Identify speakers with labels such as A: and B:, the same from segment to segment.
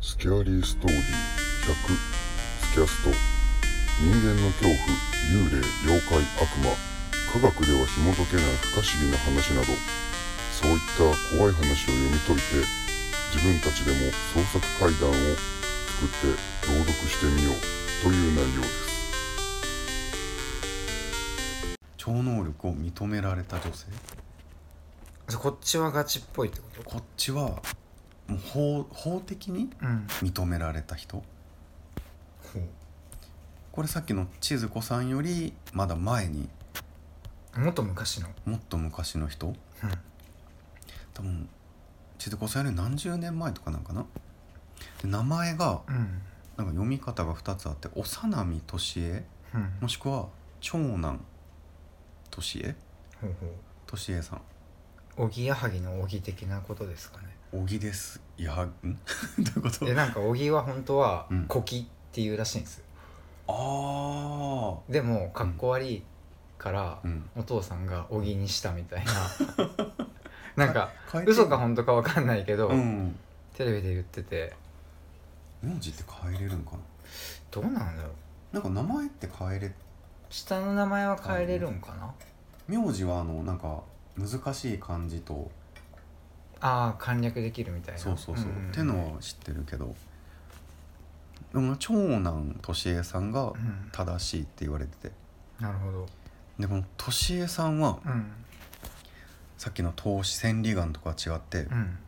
A: スキャリーストーリー100スキャスト人間の恐怖幽霊妖怪悪魔科学では紐解けない不可思議な話などそういった怖い話を読み解いて自分たちでも創作怪談を作って朗読してみようという内容です
B: 超能力を認められた女性
C: じゃあこっちはガチっぽいってこと
B: こっちはもう法法的に
C: うん
B: 認められた人これさっきの千鶴子さんよりまだ前に
C: もっと昔の
B: もっと昔の人
C: うん
B: 多分千鶴子さんより何十年前とかなんかなで名前が
C: うん
B: なんか読み方が2つあって幼見俊恵
C: うん
B: もしくは長男俊恵
C: ほうほう
B: 俊恵さん
C: おぎやはぎのおぎ的なことですかね
B: 小木ですいやん どういうこと
C: でなんかおぎは本当は
B: うん
C: 「こき」っていうらしいんですよ
B: あ
C: でもかっこ悪いから
B: あうん
C: お父さんがおぎにしたみたい ななんか
B: 変えて
C: 嘘か本当かわかんないけど、
B: うん
C: テレビで言ってて
B: 名字って変えれるんかな
C: どうなんだろう
B: なんか名前って変えれ
C: 下の名前は変えれるんかな
B: 名字はあのなんか難しい漢字と
C: ああ簡略できるみたいな
B: そうそうそう、
C: ん
B: ってのは知ってるけどでも長男俊恵さんが
C: うん
B: 正しいって言われてて
C: なるほど
B: でこの俊恵さんは
C: うん
B: さっきの投資千里眼とかは違って、
C: うん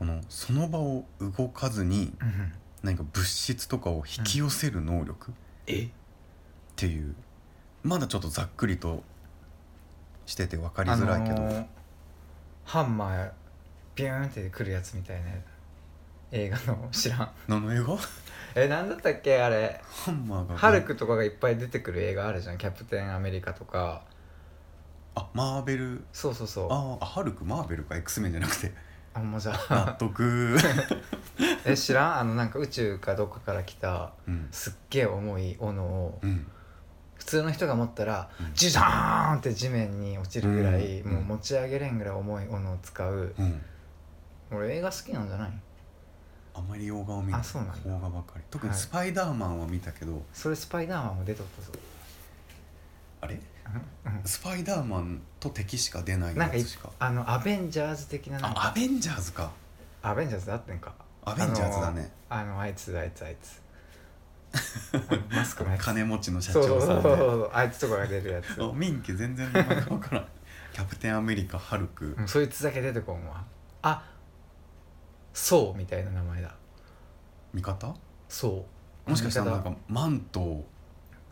B: このその場を動かずに
C: うん
B: 何か物質とかを引き寄せる能力っ
C: え
B: ていう、まだちょっとざっくりとしてて分かりづらいけど、
C: あのーハンマービューンってくるやつみたいな映画の知らん
B: 何の映画
C: えなんだったっけあれ
B: ハンマーが
C: ハルクとかがいっぱい出てくる映画あるじゃんキャプテンアメリカとか
B: あマーベル
C: そうそうそう
B: あーあハルクマーベルか X メンじゃなく て
C: あもうじゃ
B: 納
C: あ
B: 得、
C: え知らんあのなんか宇宙かどっかから来た
B: うん
C: すっげえ重い斧を
B: うん、
C: 普通の人が持ったら
B: うん
C: ジュジャーンって地面に落ちるぐらい、
B: うん
C: もう持ち上げれんぐらい重い斧を使う、
B: うん、
C: 俺映画好きなんじゃない
B: あまり洋画を見ない
C: あそうなんだ
B: 邦画ばっかり特に
C: はい
B: スパイダーマンは見たけど、
C: それスパイダーマンも出とったぞ
B: あれ
C: うん
B: スパイダーマンと敵しか出ない
C: な
B: や
C: んかい
B: つしか
C: あのアベンジャーズ的ななん
B: あ
C: か
B: アベンジャーズか
C: アベンジャーズだってんか
B: アベンジャーズだね、
C: あのあいつあいつあい つあのマスクのやつ
B: 金持ちの社
C: そうそ
B: 長さ
C: うそ
B: んで
C: うそうそうあいつとかが出るやつ
B: あ民家全然名前が分からん キャプテンアメリカハルク、
C: うんそいつだけ出てこんわあそうみたいな名前だ
B: 味方
C: そう
B: もしかしたら
C: 味
B: なん
C: 方
B: かマント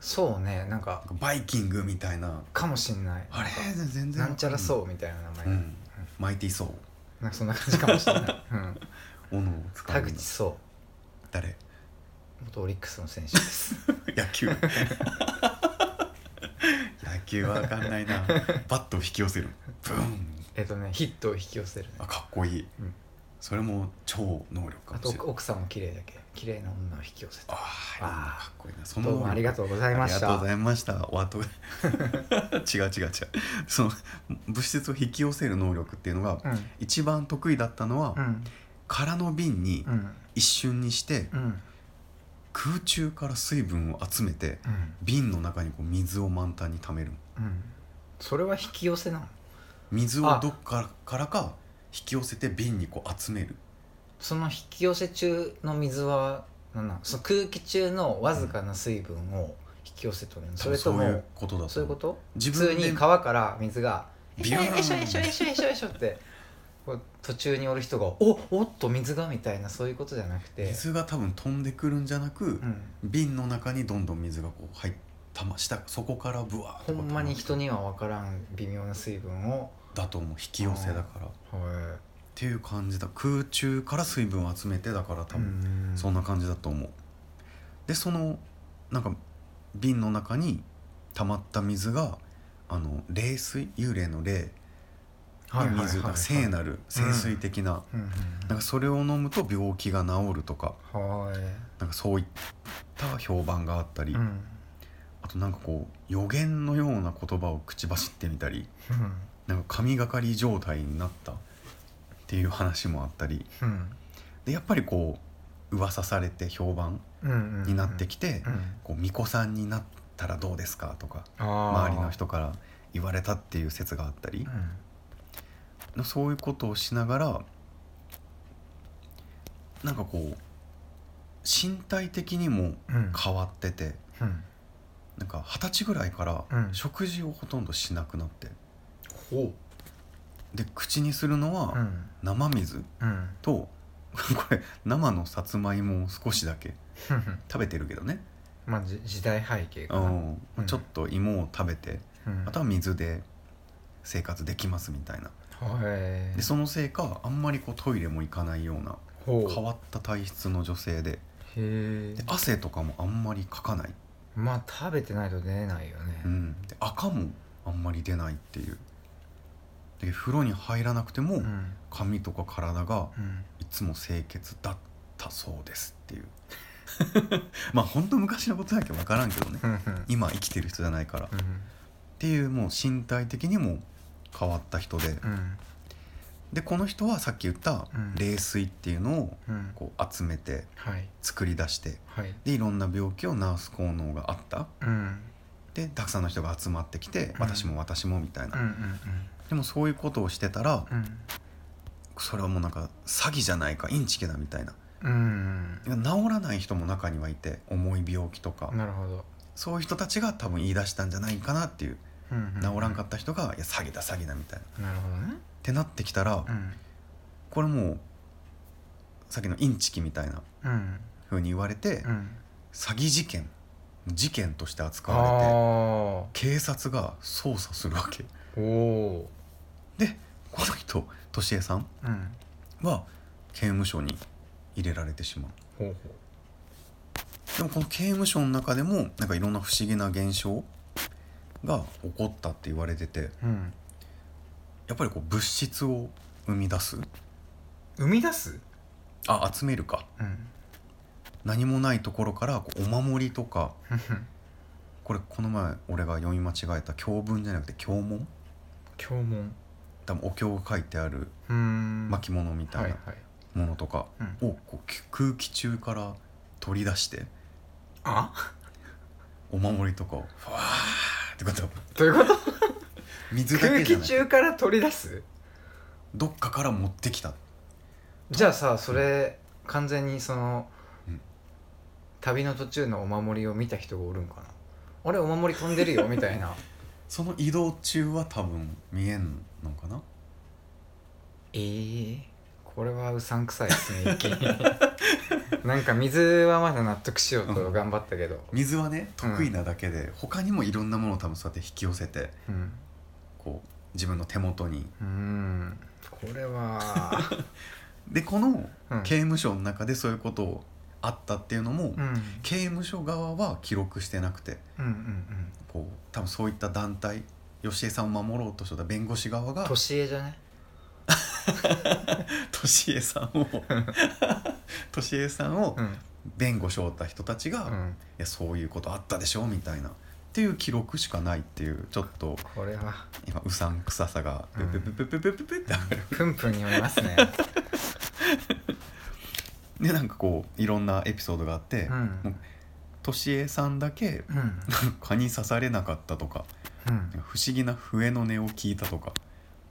C: そうねなんか
B: なんかバイキングみたいな
C: かもしんない
B: あれ全然わか
C: なんちゃらそうみたいな名前
B: う、うん、マイティーソー
C: なんかそんな感じかもしれ ない、うん、
B: 斧を使う
C: 田
B: んだ
C: 口壮
B: 誰
C: 元オリックスの選手です
B: 野球野球は分かんないなバットを引き寄せるブーン
C: えっとねヒットを引き寄せる、ね、
B: あかっこいい、
C: うん
B: それも超能力か
C: あ
B: も
C: と
B: しれない
C: 奥奥さんも綺麗だけ綺麗な女を引き寄せた
B: ああ
C: あー
B: かっこいいなそ
C: どうもありが
B: とう
C: とうございまし
B: ありがとうご
C: た
B: ざいましたお後が違う違う違うその物質を引き寄せる能力っていうのが、
C: うん
B: 一番得意だったのは、
C: うん
B: 空の瓶に
C: うん
B: 一瞬にして、
C: うん
B: 空中から水分を集めて
C: うん
B: 瓶の中にこう水を満タンに溜める
C: うんそれは引き寄せなの
B: 水を
C: あ
B: どっからからか引き寄せて瓶にこう集める
C: その引き寄せ中の水はなんなんその空気中のわずかな水分を引き寄せとるの、それと
B: 多
C: も
B: 分
C: そ
B: そうういう
C: い
B: うことだと思う
C: こと
B: 自
C: 普通
B: 分で
C: に川から水が
B: ビ
C: え
B: ュ
C: しょ
B: ーン
C: えしょえしょえしょえしょえしょってこう途中におる人が「おおっと水が」みたいなそういうことじゃなくて、
B: 水が多分飛んでくるんじゃなく、
C: うん、
B: 瓶の中にどんどん水がこう入ったま下そこからブワーッ
C: ほ
B: とこうん
C: まに人には分からん微妙な水分を
B: だと思う引き寄せだからっ
C: は
B: ていう感じだ空中から水分を集めてだから
C: い
B: 多分、そん
C: の
B: な感じだと思うでそのなんか瓶の中に溜まった水があの冷水幽霊の霊に水が聖なる聖水的な、
C: うんうん
B: なんかそれを飲むと病気が治るとか
C: うんは
B: なんかそういった評判があったり、
C: い、うん
B: あとなんかこう予言のような言葉を口走ってみたり
C: うん
B: なんか神がかり状態になったっていう話もあったり
C: うん
B: でやっぱりこう噂されて評判になってきて、こう巫女さんになったらどうですかとか周
C: 周
B: りの人から言われたっていう説があったり、そういうことをしながらなんかこう身体的にも変わってて、なんか二十歳ぐらいから
C: うん
B: 食事をほとんどしなくなって、
D: ほ
B: で口にするのは生水と、 これ生のさつまいもを少しだけ食べてるけどね、
C: まあじ時代背景か
B: う
C: な、
B: ん
C: うん
B: ちょっと芋を食べて
C: うん
B: あとは水で生活できますみたいな
C: へえ
B: でそのせいかあんまりこうトイレも行かないような
C: ほう
B: 変わった体質の女性で
C: へえ
B: で汗とかもあんまりかかない、
C: まあ食べてないと出ないよね、
B: うん、で赤もあんまり出ないっていうで風呂に入らなくても
C: うん
B: 髪とか体が
C: うん
B: いつも清潔だったそうですっていう まあほんと昔のことだけ分からんけどね
C: うん
B: 今生きてる人じゃないからっ
C: うん
B: ていうもう身体的にも変わった人で
C: うん
B: でこの人はさっき言った
C: うん
B: 冷水っていうのを
C: うん
B: こう集めて
C: はい
B: 作り出して
C: はい
B: でいろんな病気を治す効能があった
C: うん
B: でたくさんの人が集まってきて
C: ん
B: 私も私もみたい
C: うんう
B: なんでもそういうことをしてたら
C: うん
B: それはもうなんか詐欺じゃないかインチキだみたいな
C: うん
B: 治らない人も中にはいて重い病気とか
C: うんなるほど、
B: そういう人たちが多分言い出したんじゃないかなっていう
C: うんう
B: 治らんかった人が「いや詐欺だ詐欺だ」みたいな。っ
C: なるほどね
B: てなってきたら
C: うん
B: これもうさっきのインチキみたいな
C: うん
B: 風に言われて
C: うん
B: 詐欺事件事件として扱
C: あ
B: われて
C: あ
B: 警察が捜査するわけ
C: おお
B: でこの人敏江さん
C: ーうん
B: は刑務所に入れられてしまう
C: ほう
B: でもこの刑務所の中でもなんかいろんな不思議な現象が起こったって言われてて
C: ほううん
B: やっぱりこう物質を生み出す
C: 生み出す
B: あ集めるか
C: うん
B: 何もないところからこうお守りとか
C: ふんふん
B: これこの前俺が読み間違えた教文じゃなくて教文
C: 教文
B: 多分お経が書いてある
C: うーん
B: 巻物みた
C: はいいは
B: ないものとか
C: うん
B: をこう空気中から取り出して
C: あ
B: お守りとかをふわーってこと
C: どういうこと
B: 水だ
C: 空
B: けじゃ
C: 気
B: ない
C: 中から取り出す
B: どっかから持ってきた
C: じゃあさそれ完全にその、
B: うん
C: 旅の途中のお守りを見た人がおるんかなあれお守り飛んでる よみたいな
B: その移動中は多分見えんのかな
C: えー、これはうさんくさいですね一気 になんか水はまだ納得しようと頑張ったけど
B: 水はね得意なだけで、他にもいろんなものを多分そうやって引き寄せて
C: うん
B: こう自分の手元に
C: うーんこれは
B: でこの
C: うん
B: 刑務所の中でそういうことをあったっていうのも、
C: うんうん
B: 刑務所側は記録してなくて
C: うんうん
B: こう多分そういった団体吉江さんを守ろうとしてた弁護士側が
C: 年恵じゃね
B: 俊江さ んを俊江さんを
C: うん
B: 弁護しょった人たちが、い
C: うん
B: やそういうことあったでしょみたいなっていう記録しかないっていうちょっと
C: これ は
B: 今うさんくささがプププププププって上がる、
C: プンプン読みますね
B: でなんかこういろんなエピソードがあって
C: うん
B: 俊江、さんだけ
C: うん
B: 蚊に刺されなかったとか
C: うん
B: なんか不思議な笛の音を聞いたとか,、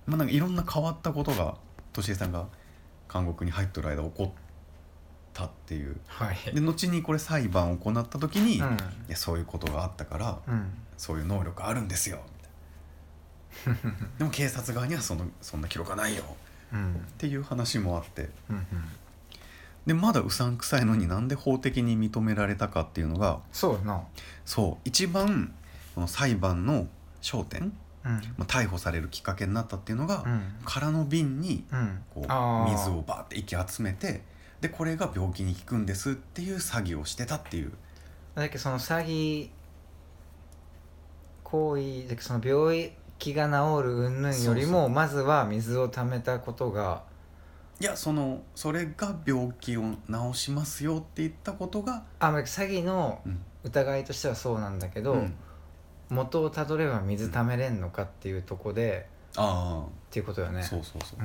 B: まあ、なんかいろんな変わったことが俊江さんが監獄に入っとる間起こったっていう
C: はい
B: で後にこれ裁判を行った時に、
C: う
B: い
C: ん
B: やそういうことがあったから、
C: うん
B: そういう能力あるんですよみたい なでも警察側にはそのそんな記録はないよ
C: うん
B: っていう話もあって
C: うんうん
B: でまだうさんくさいのになんで法的に認められたかっていうのが
C: そうやな
B: そう一番この裁判の焦点、
C: うん
B: まあ、逮捕されるきっかけになったっていうのが、
C: うん
B: 空の瓶に
C: うん
B: こ
C: あ
B: う
C: ー
B: 水をバーって息集めてでこれが病気に効くんですっていう詐欺をしてたっていう
C: だけどその詐欺行為だけどその病気が治る云々より
B: そうそ
C: もまずは水を溜めたことが
B: いやそのそれが病気を治しますよって言ったことが、
C: あまあ詐欺の
B: うん
C: 疑いとしてはそうなんだけど、
B: うん
C: 元をたどれば水溜めれんのかっていうとこで、
B: あ
C: っていうことよ
B: あ、
C: ね
B: そうそうそう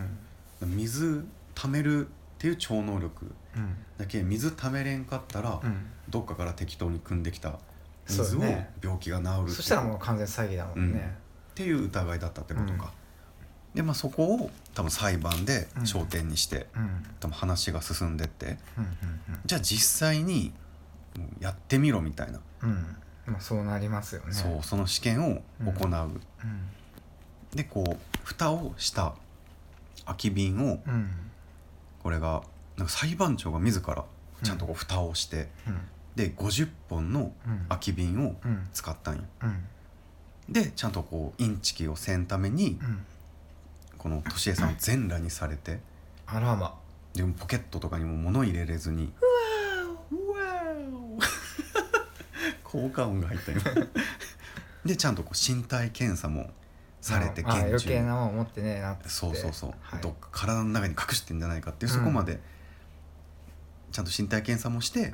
C: う、ん
B: 水溜めるっていう超能力
C: うん
B: だけ水ためれんかったら、
C: うん
B: どっかから適当に汲んできた
C: そう
B: 水を
C: だね
B: 病気が治るっていう
C: そしたらもう完全詐欺だもんね、
B: っていう疑いだったってことか、でまあそこを多分裁判で
C: うん
B: 焦点にして、
C: うんうん
B: 多分話が進んでって
C: うん
B: じゃあ実際にもうやってみろみたいな、
C: うんうんまあそうなりますよね
B: そうその試験を行う、
C: うん
B: でこう蓋をした空き瓶を
C: うん
B: これがなんか裁判長が自らちゃんとこう蓋をして、
C: うん
B: で50本の
C: うん
B: 空き瓶を
C: うん
B: 使ったんよ
C: うん
B: でちゃんとこうインチキをせんために
C: うん
B: この俊恵さんを全裸にされて
C: あらま
B: でもポケットとかにも物入れれずにうわー 効果音が入ったよでちゃんとこう身体検査もされて
C: ああ
B: 厳
C: 余
B: 重
C: 計
B: に
C: なもん持ってねえなって
B: そうそうそう、
C: はい
B: どっか体の中に隠してんじゃないかっていうそこまでちゃんと身体検査もして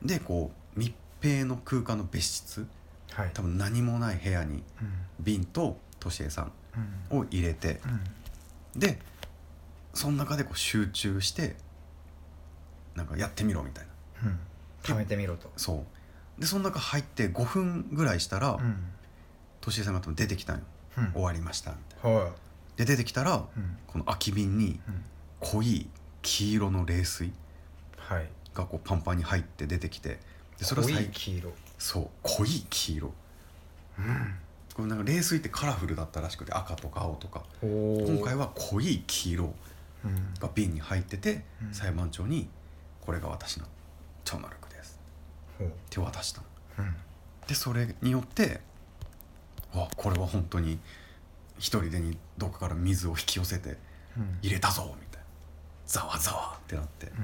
C: う、ん
B: でこう密閉の空間の別室
C: はい
B: 多分何もない部屋に
C: うん
B: 瓶ととしえさん
C: うん
B: を入れて
C: うん
B: でその中でこう集中してなんかやってみろみたいな
C: うん貯めてみろと
B: そうでその中入って5分ぐらいしたら
C: うん
B: としえさんが多分出てきたんよ
C: うん
B: 終わりましたみたい
C: は
B: なで出てきたら
C: いうん
B: この空き瓶に
C: うん
B: 濃い黄色の冷水
C: はい
B: がこうパンパンに入って出てきてでそれは
C: 濃
B: さ
C: い
B: い
C: 黄色
B: そう濃い黄色これなんか冷水ってカラフルだったらしくて赤とか青とか
C: うんおお
B: 今回は濃い黄色
C: うん
B: が瓶に入ってて、
C: うん
B: 裁判長に「これが私の超能力です
C: ほう」
B: って渡したの
C: うん
B: でそれによってあこれは本当に一人でにどっかから水を引き寄せて
C: うん
B: 入れたぞみたいなざわざわってなって
C: うん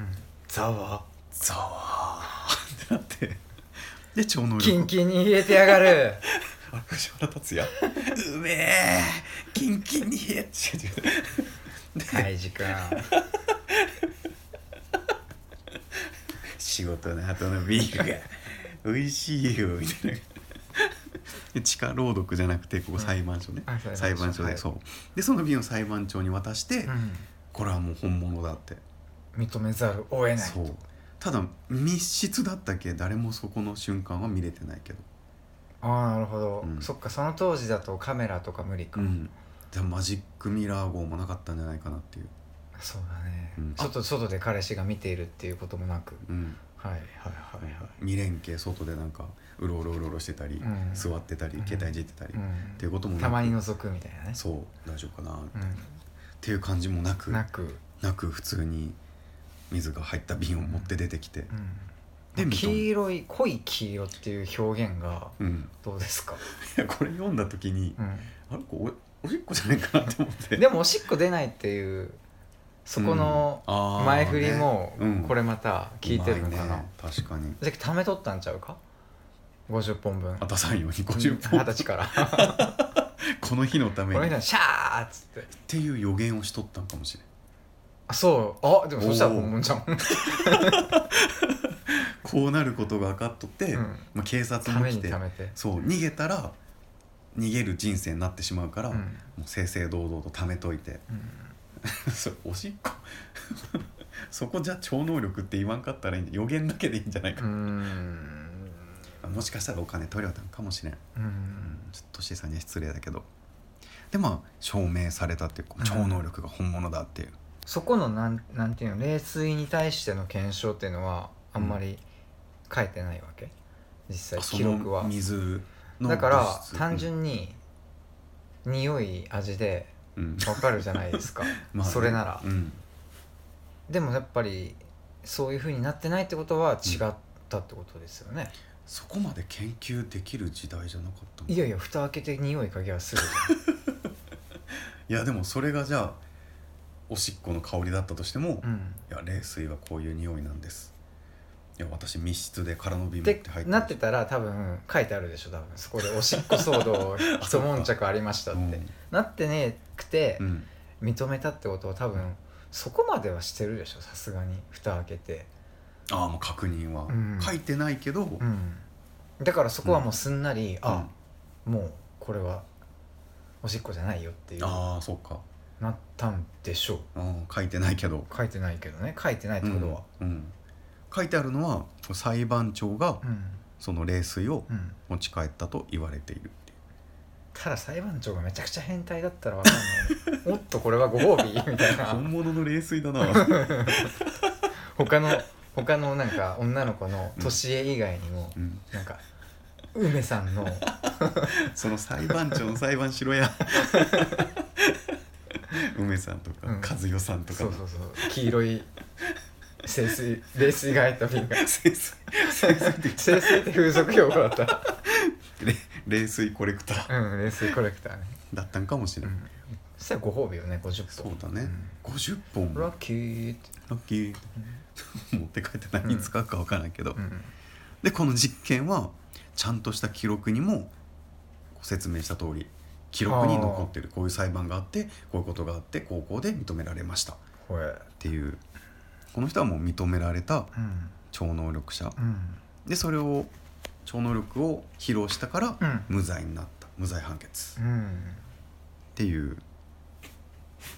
C: ざわ
B: ざわーってなってで超能
C: キン
B: 力
C: キンに入れてやが る
B: あ藤原竜也うめえキンキンに冷え違う違う
C: 大事くん
B: 仕事の後のビールが 美味しいよみたいなで地下朗読じゃなくてここ裁判所ね、
C: あそう
B: 裁判所で、
C: はい
B: そうでその瓶を裁判長に渡して、
C: うん
B: これはもう本物だって、
C: 認めざるを得ない
B: そうただ密室だったけ誰もそこの瞬間は見れてないけど、
C: ああなるほど、
B: うん
C: そっかその当時だとカメラとか無理か、
B: うん、でマジックミラー号もなかったんじゃないかなっていう、
C: そうだね、
B: うん
C: 外外で彼氏が見ているっていうこともなく
B: うん、
C: はいはいはいは
B: 二連携外でなんかうろうろうろうろしてたり、
C: うん
B: 座ってたり
C: うん
B: 携帯いじってたり、
C: い、う
B: っ
C: ん、
B: ていうこともなく
C: たまに覗くみたいなね
B: そう大丈夫かな、っ
C: う
B: ていう感じもなく
C: ん、なく、
B: なく普通に水が入った瓶を持って出てきて、
C: う
B: で認
C: ん、
B: め
C: 黄色い濃い黄色っていう表現が
B: うん、
C: どうですか、
B: いやこれ読んだ 時に
C: う
B: あれこれおおしっこじゃないかなって思って
C: ん、でもおしっこ出ないっていうそこの
B: うん
C: 前振りも
B: あーねうん
C: これまた聞いてるのかな、
B: うまいね確かに
C: じゃあ貯めとったんちゃうか50本分
B: あたさんように50
C: うん二
B: 本
C: 十歳から
B: この日のため
C: こ
B: に
C: れ
B: っ
C: ねシャーっつって
B: ていう予言をしとったんかもしれん
C: あそうあでもそしたらもうじゃん、
B: こうなることが分かっとって、
C: うん、
B: まあ、警察
C: た
B: も
C: め
B: 来
C: に
B: て
C: ためて
B: そう逃げたら逃げる人生になってしまうから、
C: う
B: も
C: ん
B: う正々堂々と貯めといて
C: う ん
B: そうおしっこそこじゃ超能力って言わんかったらいいんじゃ予言だけでいいんじゃないか
C: うーん
B: もしかしたらお金取りょたんかもしれん、
C: う
B: うんん、ちょっとしさんには失礼だけどでまあ証明されたっていうこう超能力が本物だっていう、
C: そこのなんなんていうの冷水に対しての検証っていうのはあんまり書いてないわけ実際
B: あそ
C: 記録は
B: の水の
C: だから
B: 物質
C: 単、純に匂い味で
B: うんうん
C: わかるじゃないですか、
B: まあね
C: それなら、
B: うん
C: でもやっぱりそういうふうになってないってことは違ったってことですよね、
B: そこまで研究できる時代じゃなかったの
C: いやいや蓋開けて匂い嗅ぎはする
B: いやでもそれがじゃあおしっこの香りだったとしても、
C: じゃ ん、うん
B: いや冷水はこういう匂いなんですいや私密室で空の瓶
C: っ
B: 持ってて入って
C: なってたら多分書いてあるでしょ多分そこで「おしっこ 騒動一悶着ありました」
B: た
C: っ
B: う
C: て、
B: ん
C: なってねくて
B: うん
C: 認めたってことは多分そこまではしてるでしょさすがに蓋開けて、
B: ああもう確認は、
C: うん
B: 書いてないけど、
C: うん、だからそこはもうすんなり、
B: あ
C: あもうこれはおしっこじゃないよっていう
B: あーそうか
C: なったんでしょう
B: うん書いてないけど、
C: 書いてないけどね書いてないってことは
B: うん書いてあるのは裁判長が
C: うん、
B: その冷水を
C: うん、
B: 持ち帰ったと言われているっていう
C: ただ裁判長がめちゃくちゃ変態だったらわか んないおっとこれはご褒美みたいな
B: 本物の冷水だな
C: 他の他のなんか女の子の年恵以外にも
B: うん
C: なんか梅さんの
B: その裁判長の裁判しろ や梅さんとか、
C: うん
B: 和代さんとか
C: そ
B: の
C: うそうそう黄色い清水冷水が入った瓶が
B: 清水 清水って言っちゃ
C: 清水って風俗用語だった
B: うれ冷水コレクター
C: うん、冷水コレクターね。
B: だったんかもしれ
C: う
B: ない、
C: ん。そしたらご褒美よね、50本。
B: そうだね、
C: うん
B: 50本
C: ラ
B: ラ
C: ッキーって。
B: ッキー持って帰って何に使うか分からんけど、
C: うん。
B: でこの実験はちゃんとした記録にもこう説明した通り記録に残ってるこういう裁判があってこういうことがあって高校で認められましたっ
C: これ。
B: ていうこの人はもう認められた
C: うん。
B: 超能力者
C: うん。
B: でそれを超能力を披露したから
C: うん
B: 無罪になった無罪判決っ
C: うん。
B: ていう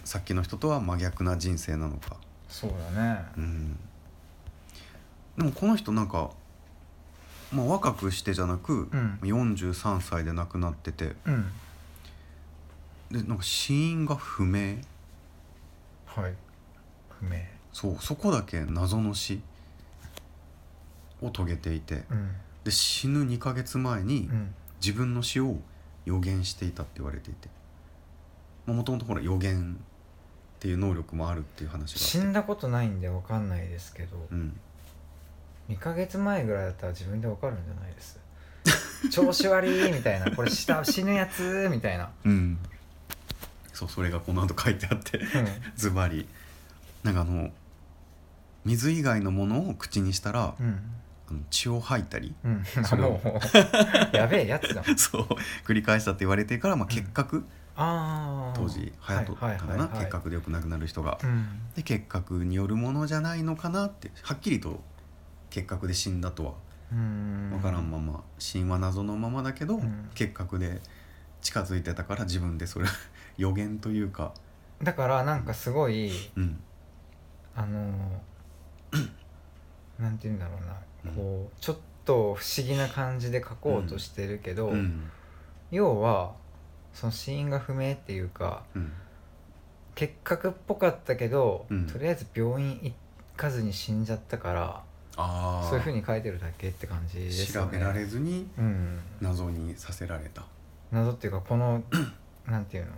B: さっきの人とは真逆な人生なのか
C: そうだね。
B: うんでもこの人なんか、まあ、若くしてじゃなく、
C: うん
B: 43歳で亡くなってて
C: うん。
B: でなんか死因が不明
C: はい。不明。
B: そうそこだけ謎の死を遂げていて
C: うん。
B: で死ぬ2ヶ月前に
C: うん。
B: 自分の死を予言していたって言われていてもともとほら予言っていう能力もあるっていう話があって
C: 死んだことないんでわかんないですけど、
B: うん
C: 2ヶ月前ぐらいだったら自分でわかるんじゃないです。調子悪いみたいな、これ下死ぬやつみたいな。
B: うんそうそれがこの後書いてあって
C: うん。
B: ズバリなんかあの水以外のものを口にしたら、
C: うん。
B: あの血を吐いた り
C: うん。
B: それを
C: もう、やべえやつだ。
B: そう繰り返したって言われてから、まあ、
C: うん
B: 結核、
C: ああ。
B: 当時流行っとったか
C: はい
B: な
C: はいはいはい
B: 結核でよく亡くなる人が、
C: うん。
B: で結核によるものじゃないのかなってはっきりと結核で死んだとは
C: うん。
B: 分からんまま死因は謎のままだけど、
C: うん
B: 結核で近づいてたから自分でそれ 予言というか、
C: だからなんかすごい
B: うん、
C: あの ーなんて言うんだろうな
B: うん
C: こうちょっと不思議な感じで書こうとしてるけど、
B: うん
C: 要はその死因が不明っていうか
B: うん
C: 結核っぽかったけど、
B: うん
C: とりあえず病院行かずに死んじゃったから
B: ああ
C: そういうふうに書いてるだけって感じですよ
B: 調
C: ね。
B: べられずに
C: うん、
B: 謎にさせられた。
C: 謎っていうかこの なんていうの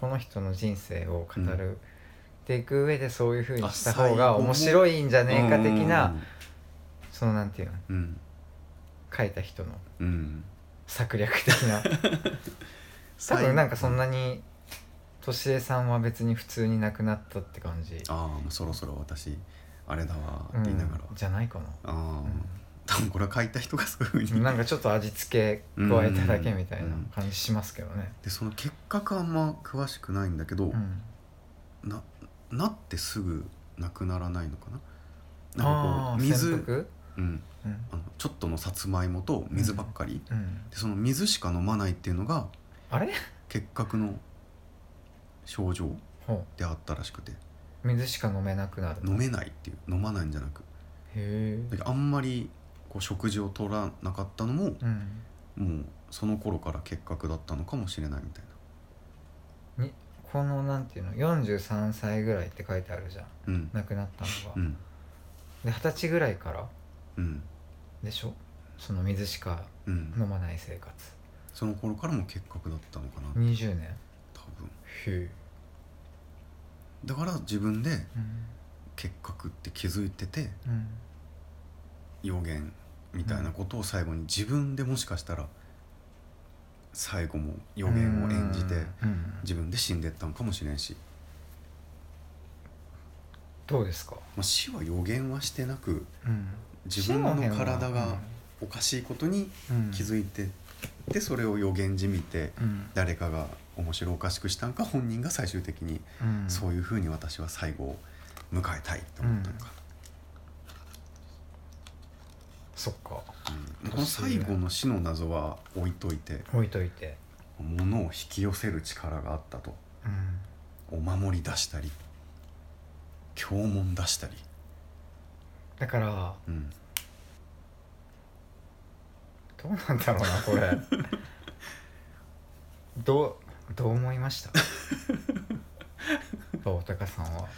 C: この人の人生を語る、っていく上でそういうふうにした方
B: あ最
C: が
B: 後も
C: 面白いんじゃねえか的なそのなんていうの
B: うん
C: 書いた人の
B: うん、うん、
C: 策略的 な多分なんかそんなに敏江さんは別に普通に亡くなったって感じ、
B: ああもうそろそろ私あれだわ
C: う
B: って
C: ん
B: 言いながら、
C: じゃないか
B: ああ、
C: な、
B: 多分これは書いた人がそういうふ
C: う、
B: うんに
C: なんかちょっと味付け加えただけみたいな感じしますけどね、
B: でその結核はあんま詳しくないんだけど、
C: うん
B: ななってすぐなくならないのかなな
C: あ
B: んかこ
C: ー
B: う
C: 潜
B: 水、
C: 伏
B: うん、
C: うん
B: あのちょっとのさつまいもと水ばっかり、
C: うん、
B: でその水しか飲まないっていうのが
C: あれ
B: 結核の症状
C: ほ
B: であったらしくて
C: う水しか飲めなくなる
B: 飲めないっていう飲まないんじゃなく
C: へ
B: だけどあんまりこう食事を取らなかったのも
C: え、うん、
B: もうその頃から結核だったのかもしれないみたい
C: このなんていうの43歳ぐらいって書いてあるじゃん
B: なうん
C: 亡くなったのが、
B: うん
C: で二十歳ぐらいから
B: うん
C: でしょその水しか
B: うん、
C: 飲まない生活
B: その頃からも結核だったのかな多分
C: 20年へ
B: だから自分で
C: うん
B: 結核って気づいてて
C: うん
B: 予言みたいなことを最後に自分でもしかしたら最後も予言を演じて
C: うん
B: 自分で死んでったのかもしれんし、
C: どうですか、
B: まあ、死は予言はしてなく
C: うん、
B: 自分の体がおかしいことに気
C: い
B: づいてでそれを予言じみて
C: うん
B: 誰かが面白おかしくしたんか本人が最終的に
C: うん
B: そういうふうに私は最後を迎えたいと思ったのか、
C: そっか
B: うんこの最後の死の謎は置いといて
C: 置いといて
B: 物を引き寄せる力があったと
C: うん
B: お守り出したり経文出したり、
C: だから
B: うん、
C: どうなんだろうなこ れどうどう思いました大高さんは